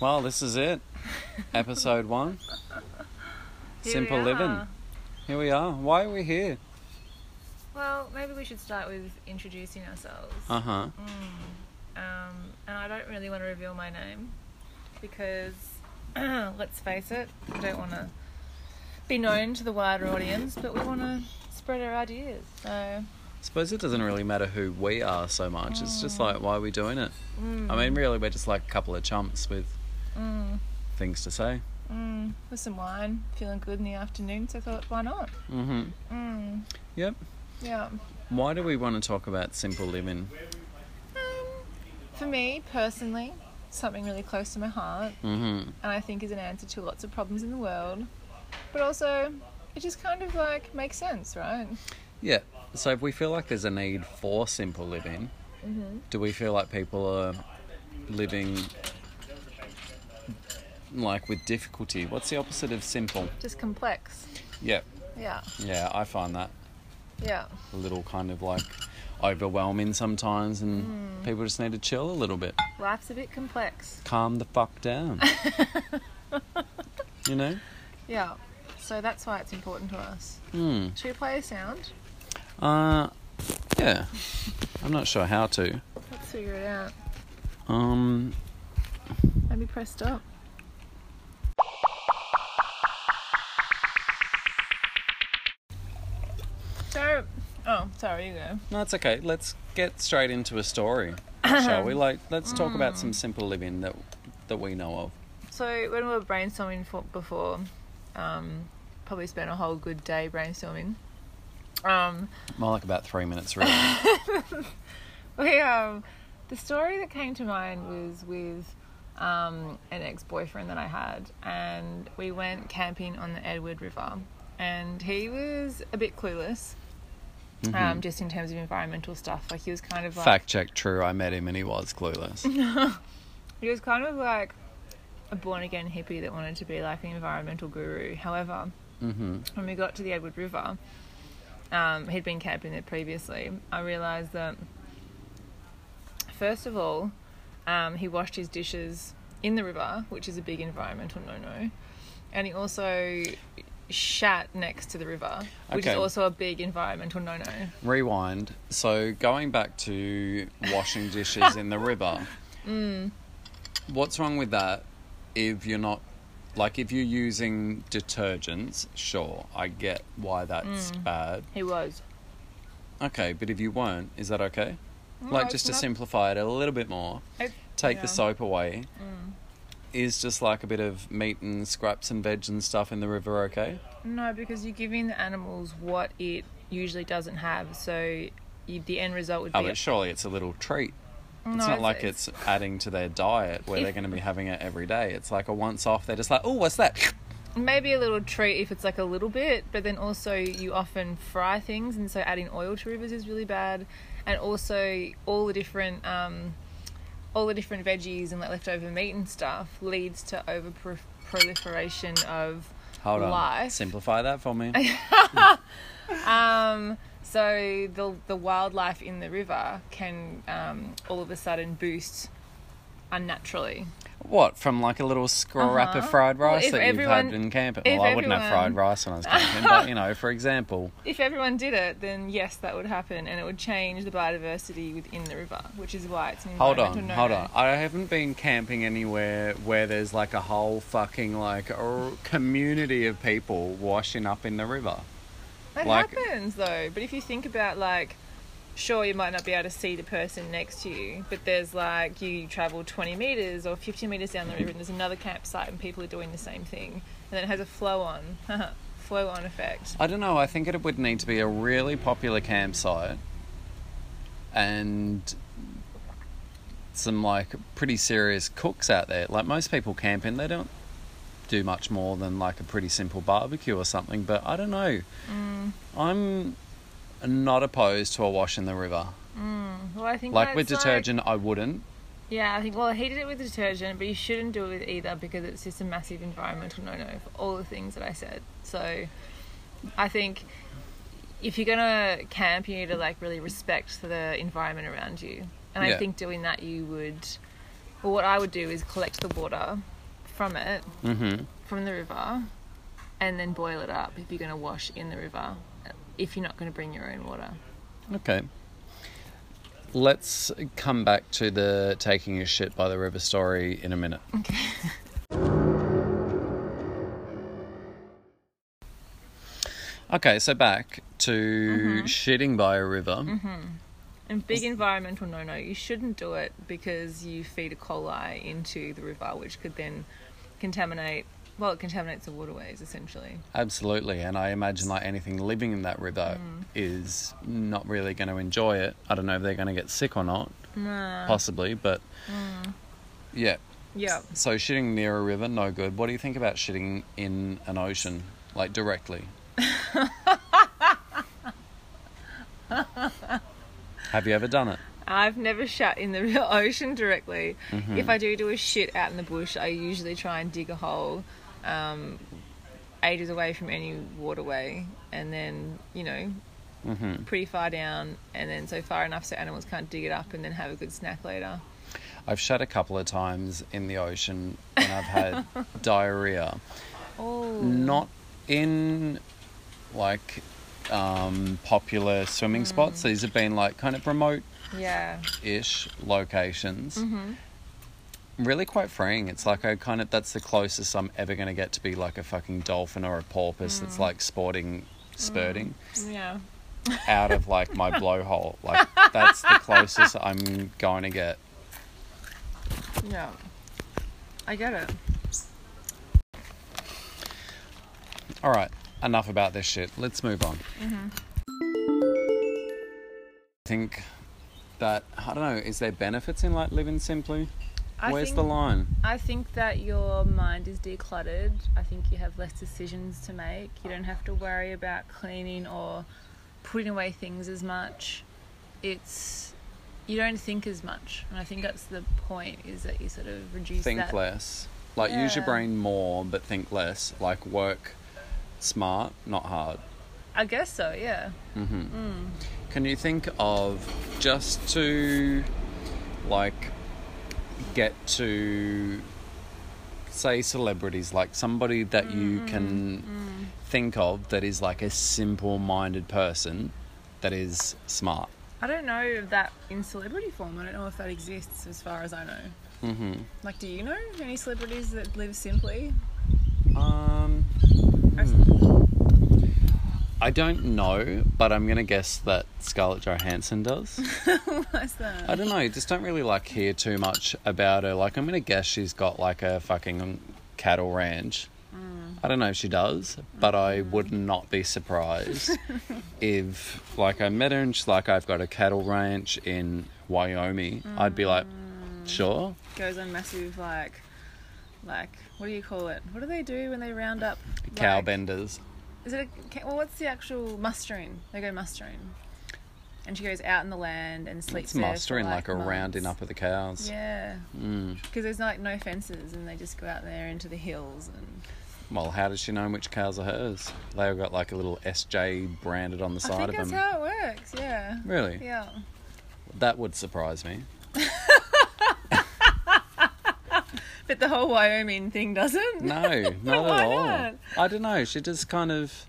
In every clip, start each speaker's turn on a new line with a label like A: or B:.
A: Well, this is it. Episode one.
B: Here we
A: Simple living.
B: are.
A: Here we are. Why are we here?
B: Well, maybe we should start with introducing ourselves.
A: Uh huh.
B: Mm. Um, and I don't really want to reveal my name because, let's face it, we don't want to be known to the wider audience, but we want to spread our ideas. So, mm,
A: Suppose it doesn't really matter who we are so much. It's just like, why are we doing it? I mean, really, we're just like a couple of chumps with
B: mm,
A: things to say.
B: mm, with some wine, feeling good in the afternoon, so I thought, why not?
A: Mm hmm.
B: Mm,
A: Yep.
B: yeah.
A: Why do we want to talk about simple living?
B: Um, for me personally, something really close to my heart.
A: Mm hmm.
B: and I think is an answer to lots of problems in the world. But also, it just kind of like makes sense, right?
A: Yeah. So if we feel like there's a need for simple living,
B: Mm-hmm.
A: do we feel like people are living like with difficulty? What's the opposite of simple?
B: Just complex.
A: Yeah.
B: Yeah,
A: Yeah, I find that
B: yeah,
A: a little kind of like overwhelming sometimes and people just need to chill a little bit.
B: life's a bit complex.
A: Calm the fuck down. you know?
B: Yeah, so that's why it's important to us.
A: Hmm.
B: Should we play a sound?
A: Uh yeah. I'm not sure how to.
B: Let's figure it out.
A: Um
B: Let me press stop. So, oh, sorry, you go.
A: No, it's okay. Let's get straight into a story, shall we? Like, let's talk about some simple living that that we know of.
B: So when we were brainstorming for, before, um, probably spent a whole good day brainstorming. Um,
A: More like about three minutes, really.
B: we um, the story that came to mind was with um, an ex-boyfriend that I had, and we went camping on the Edward River, and he was a bit clueless. Um, just in terms of environmental stuff, like he was kind of like
A: Fact check, true. I met him and he was clueless.
B: He was kind of like a born again hippie that wanted to be like an environmental guru. However,
A: Mm-hmm.
B: when we got to the Edward River, um, he'd been camping there previously. I realised that, first of all, um, he washed his dishes in the river, which is a big environmental no no. And he also shat next to the river, which
A: Okay.
B: is also a big environmental no no.
A: Rewind. So going back to washing dishes in the river.
B: Mm.
A: What's wrong with that? If you're not, like, if you're using detergents, sure, I get why that's
B: Mm.
A: bad.
B: He was.
A: Okay, but if you weren't, is that okay?
B: No,
A: like,
B: it's
A: just to
B: not-
A: simplify it a little bit more.
B: It-
A: take
B: yeah. Mm.
A: the soap away is just like a bit of meat and scraps and veg and stuff in the river okay
B: No, because you're giving the animals what it usually doesn't have, so you, the end result would be.
A: oh but surely it's a little treat
B: No,
A: it's not
B: it's-
A: like it's adding to their diet where
B: If-
A: they're going to be having it every day it's like a once off they're just like oh what's that
B: maybe a little treat if it's like a little bit, but then also you often fry things, and so adding oil to rivers is really bad, and also all the different um, all the different veggies and like leftover meat and stuff leads to over pro- proliferation of
A: hold on
B: life. Uh-huh.
A: simplify that for me
B: Um, so the the wildlife in the river can um, all of a sudden boost unnaturally.
A: what from like a little scrap of
B: Uh-huh.
A: fried
B: Well,
A: rice
B: if
A: that
B: everyone-
A: you've had in camping
B: if
A: well i wouldn't have
B: everyone-
A: fried rice when i was camping but you know for example
B: If everyone did it, then yes, that would happen, and it would change the biodiversity within the river, which is why it's an
A: Hold
B: environmental
A: on,
B: no-no.
A: hold on. I haven't been camping anywhere where there's like a whole fucking like r- community of people washing up in the river.
B: That
A: Like-
B: happens though. But if you think about like, sure, you might not be able to see the person next to you, but there's like you travel 20 meters or 50 meters down the river, and there's another campsite, and people are doing the same thing, and then it has a flow on, flow on effect.
A: I don't know. I think it would need to be a really popular campsite and some like pretty serious cooks out there. Like most people camping, they don't do much more than like a pretty simple barbecue or something. But I don't know. I'm not opposed to a wash in the river.
B: Well, I think
A: Like
B: that's,
A: with detergent, I wouldn't.
B: Yeah, I think well he did it with detergent, but you shouldn't do it with either because it's just a massive environmental no-no for all the things that I said. So I think if you're gonna camp, you need to like really respect the environment around you, and
A: Yeah.
B: I think doing that you would But what I would do is collect the water from it,
A: Mm-hmm.
B: from the river, and then boil it up if you're going to wash in the river, if you're not going to bring your own water.
A: Okay. Let's come back to the taking a shit by the river story in a minute.
B: Okay.
A: Okay, so back to
B: Mm-hmm.
A: shitting by a river.
B: And big environmental no no, you shouldn't do it because you feed E. coli into the river, which could then contaminate, well, it contaminates the waterways essentially.
A: Absolutely, and I imagine like anything living in that river
B: Mm.
A: is not really going to enjoy it. I don't know if they're going to get sick or not,
B: Nah. Mm.
A: possibly, but yeah.
B: Yeah.
A: So shitting near a river, no good. What do you think about shitting in an ocean, like directly? Have you ever done it?
B: I've never shut in the real ocean directly.
A: Mm-hmm.
B: If I do do a shit out in the bush, I usually try and dig a hole um, ages away from any waterway and then, you know,
A: Mm-hmm.
B: pretty far down and then so far enough so animals can't dig it up and then have a good snack later.
A: I've shut a couple of times in the ocean when I've had diarrhea.
B: Oh.
A: not in like um, popular swimming spots. These have been like kind of remote
B: Yeah. Mm-hmm.
A: ish locations. Really quite freeing. It's like I kind of that's the closest I'm ever going to get to be like a fucking dolphin or a porpoise
B: Mm.
A: that's like sporting spurting
B: Yeah. Mm.
A: out of like my blowhole. Like that's the closest I'm going to get.
B: Yeah. I get it.
A: All right, enough about this shit. Let's move on.
B: Mm-hmm.
A: I think that I don't know. Is there benefits in like living simply?
B: I
A: Where's
B: think,
A: the line?
B: I think that your mind is decluttered. I think you have less decisions to make. You don't have to worry about cleaning or putting away things as much. It's you don't think as much, and I think that's the point. Is that you sort of reduce
A: Think
B: that.
A: less. Like use your
B: Yeah.
A: brain more, but think less. Like work smart, not hard.
B: I guess so. Yeah.
A: Can you think of just to like get to say celebrities, like somebody that you can think of that is like a simple minded person that is smart?
B: I don't know of that in celebrity form. I don't know if that exists as far as I know.
A: Mm-hmm.
B: Like, do you know any celebrities that live simply?
A: Um, I don't know, but I'm gonna guess that Scarlett Johansson does.
B: What's that?
A: I don't know. Just don't really like hear too much about her. Like, I'm gonna guess she's got like a fucking cattle ranch.
B: Mm.
A: I don't know if she does, but I would not be surprised if, like, I met her and she's like, "I've got a cattle ranch in Wyoming." I'd be like,
B: Mm.
A: "Sure."
B: goes on massive like like what do you call it? What do they do when they round up like-
A: Cow benders.
B: Is it a, ca- well? What's the actual mustering? They go mustering, and she goes out in the land and sleeps
A: It's
B: there for,
A: mustering like, a
B: months.
A: rounding up of the cows.
B: Yeah,
A: Mm.
B: because there's like no fences, and they just go out there into the hills and.
A: Well, how does she know which cows are hers? They've got like a little SJ branded on the
B: I
A: side
B: think
A: of
B: that's
A: them.
B: how it works. Yeah.
A: really?
B: Yeah.
A: That would surprise me.
B: But the whole Wyoming thing doesn't.
A: No, not
B: Why
A: at all.
B: not? Hmm.
A: I don't know. She just kind of,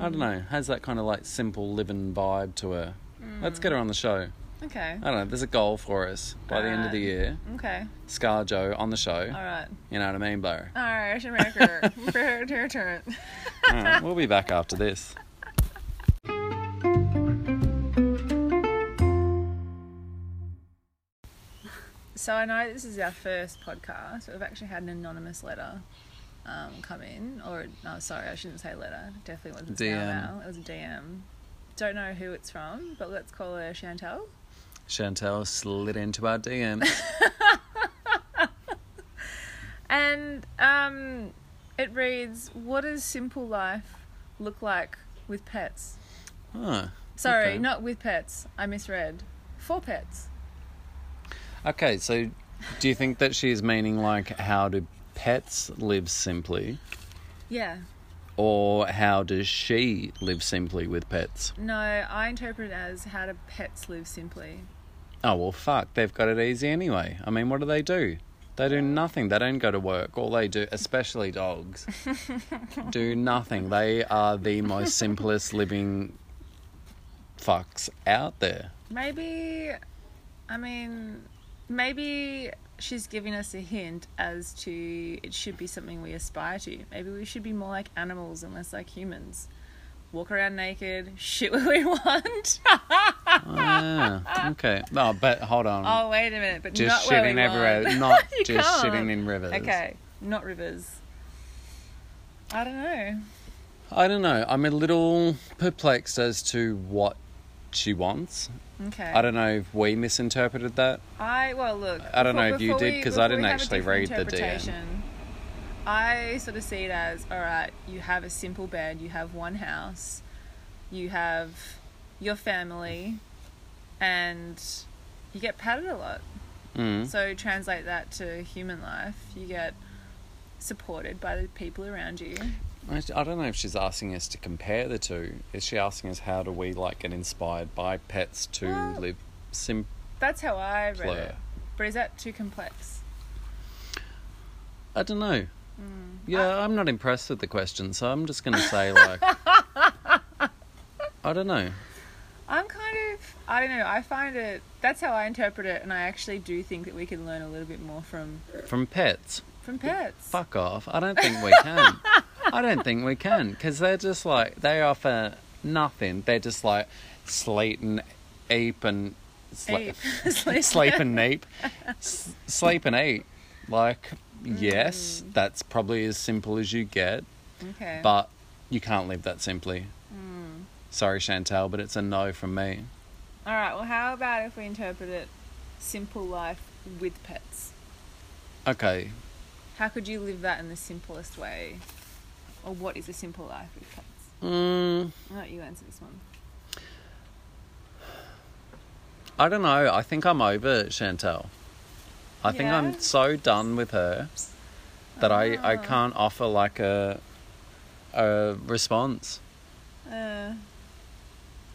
A: I don't know, has that kind of like simple living vibe to her.
B: Hmm.
A: Let's get her on the show.
B: Okay.
A: I don't know. There's a goal for us by the end of the
B: Alright.
A: year.
B: Okay.
A: Scar Joe on the show.
B: All right.
A: You know what I mean, bro?
B: All right, America. Prepare to return.
A: All right, we'll be back after this.
B: So I know this is our first podcast. We've actually had an anonymous letter um, come in, or no, sorry, I shouldn't say letter. It Definitely wasn't
A: DM.
B: DM. It was a DM. Don't know who it's from, but let's call her Chantel.
A: Chantel slid into our DM.
B: And um, it reads, "What does simple life look like with pets?"
A: Huh.
B: Sorry,
A: Okay.
B: not with pets. I misread. For pets.
A: Okay, so do you think that she's meaning like how do pets live simply?
B: Yeah.
A: Or how does she live simply with pets?
B: No, I interpret it as how do pets live simply.
A: Oh, well, fuck. They've got it easy anyway. I mean, what do they do? They do nothing. They don't go to work. All they do, especially dogs, do nothing. They are the most simplest living fucks out there.
B: Maybe, I mean, maybe she's giving us a hint as to it should be something we aspire to. Maybe we should be more like animals and less like humans. Walk around naked, shit where we want.
A: Oh, yeah. Okay. No, but hold on.
B: oh, wait a minute, but
A: just
B: not where
A: shitting
B: we
A: everywhere.
B: want.
A: Not
B: You
A: just
B: can't.
A: shitting in rivers.
B: Okay, not rivers. I don't know.
A: I don't know. I'm a little perplexed as to what she wants.
B: Okay.
A: I don't know if we misinterpreted that.
B: I well look.
A: I don't know
B: before-
A: if you
B: before
A: did,
B: we-
A: 'cause I
B: before
A: didn't
B: we have a
A: actually
B: different
A: read the DM.
B: interpretation, I sort of see it as all right. You have a simple bed. You have one house. You have your family, and you get patted a lot.
A: Mm.
B: So translate that to human life. You get supported by the people around you.
A: I s- I don't know if she's asking us to compare the two. Is she asking us how do we like get inspired by pets to
B: Well-
A: live simpler?
B: That's how I read it. But is that too complex?
A: I don't know.
B: Mm.
A: Yeah, I'm not impressed with the question, so I'm just going to say like, I don't know.
B: I'm kind of, I don't know, I find it, that's how I interpret it, and I actually do think that we can learn a little bit more from
A: From pets,
B: from pets.
A: fuck off. I don't think we can. I don't think we can because they're just like they offer nothing. They're just like slate and ape and sla-
B: Ape. Sleep.
A: sleep and neep, S- sleep and eat. Like, yes, that's probably as simple as you get,
B: Okay.
A: but you can't live that simply. Sorry, Chantel, but it's a no from me.
B: All right, well, how about if we interpret it simple life with pets?
A: Okay,
B: How could you live that in the simplest way? Or what is a simple life with pets?
A: mm,
B: I'll let you answer this one.
A: I don't know. I think I'm over Chantel. I think
B: Yeah?
A: I'm so done with her that I, I
B: Ah.
A: can't offer like a a response.
B: Uh,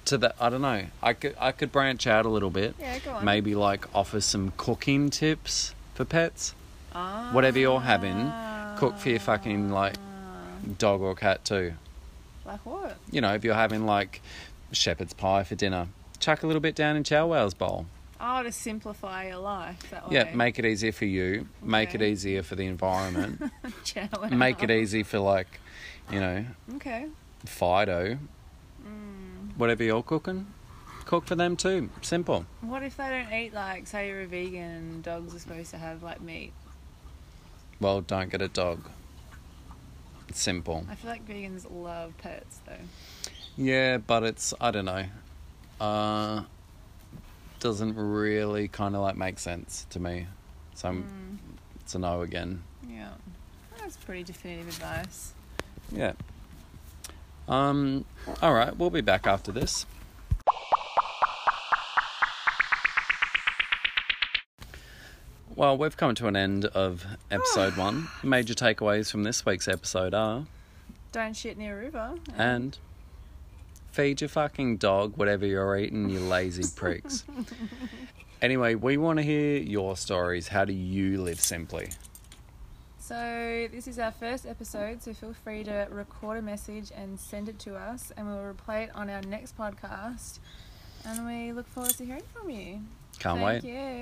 A: to the I don't know. I could I could branch out a little bit.
B: Yeah, go on.
A: Maybe like offer some cooking tips for pets.
B: ah.
A: Whatever you're having, cook for your fucking like
B: Ah.
A: dog or cat too.
B: Like what?
A: You know, if you're having like shepherd's pie for dinner, chuck a little bit down in Chow Wow's bowl.
B: Oh, to simplify your life that way.
A: Yeah, make it easier for you. Make it
B: Okay.
A: easier for the environment.
B: Chow
A: make it e-
B: wow.
A: easy for like, you know,
B: Okay.
A: Fido.
B: Mm.
A: Whatever you're cooking, cook for them too. Simple.
B: What if they don't eat like say you're a vegan and dogs are supposed to have like meat?
A: Well, don't get a dog. It's simple.
B: I feel like vegans love pets though.
A: Yeah, but it's I don't know. Uh doesn't really kind of like make sense to me. So I'm, it's a no again.
B: Yeah. That's pretty definitive advice.
A: Yeah. Um all right, we'll be back after this. Well, we've come to an end of episode 1. Major takeaways from this week's episode are
B: Don't shit near a river.
A: And feed your fucking dog whatever you're eating, you lazy pricks. anyway, we want to hear your stories. How do you live simply?
B: So this is our first episode, so feel free to record a message and send it to us and we'll replay it on our next podcast. And we look forward to hearing from you.
A: Can't wait.
B: Thank you.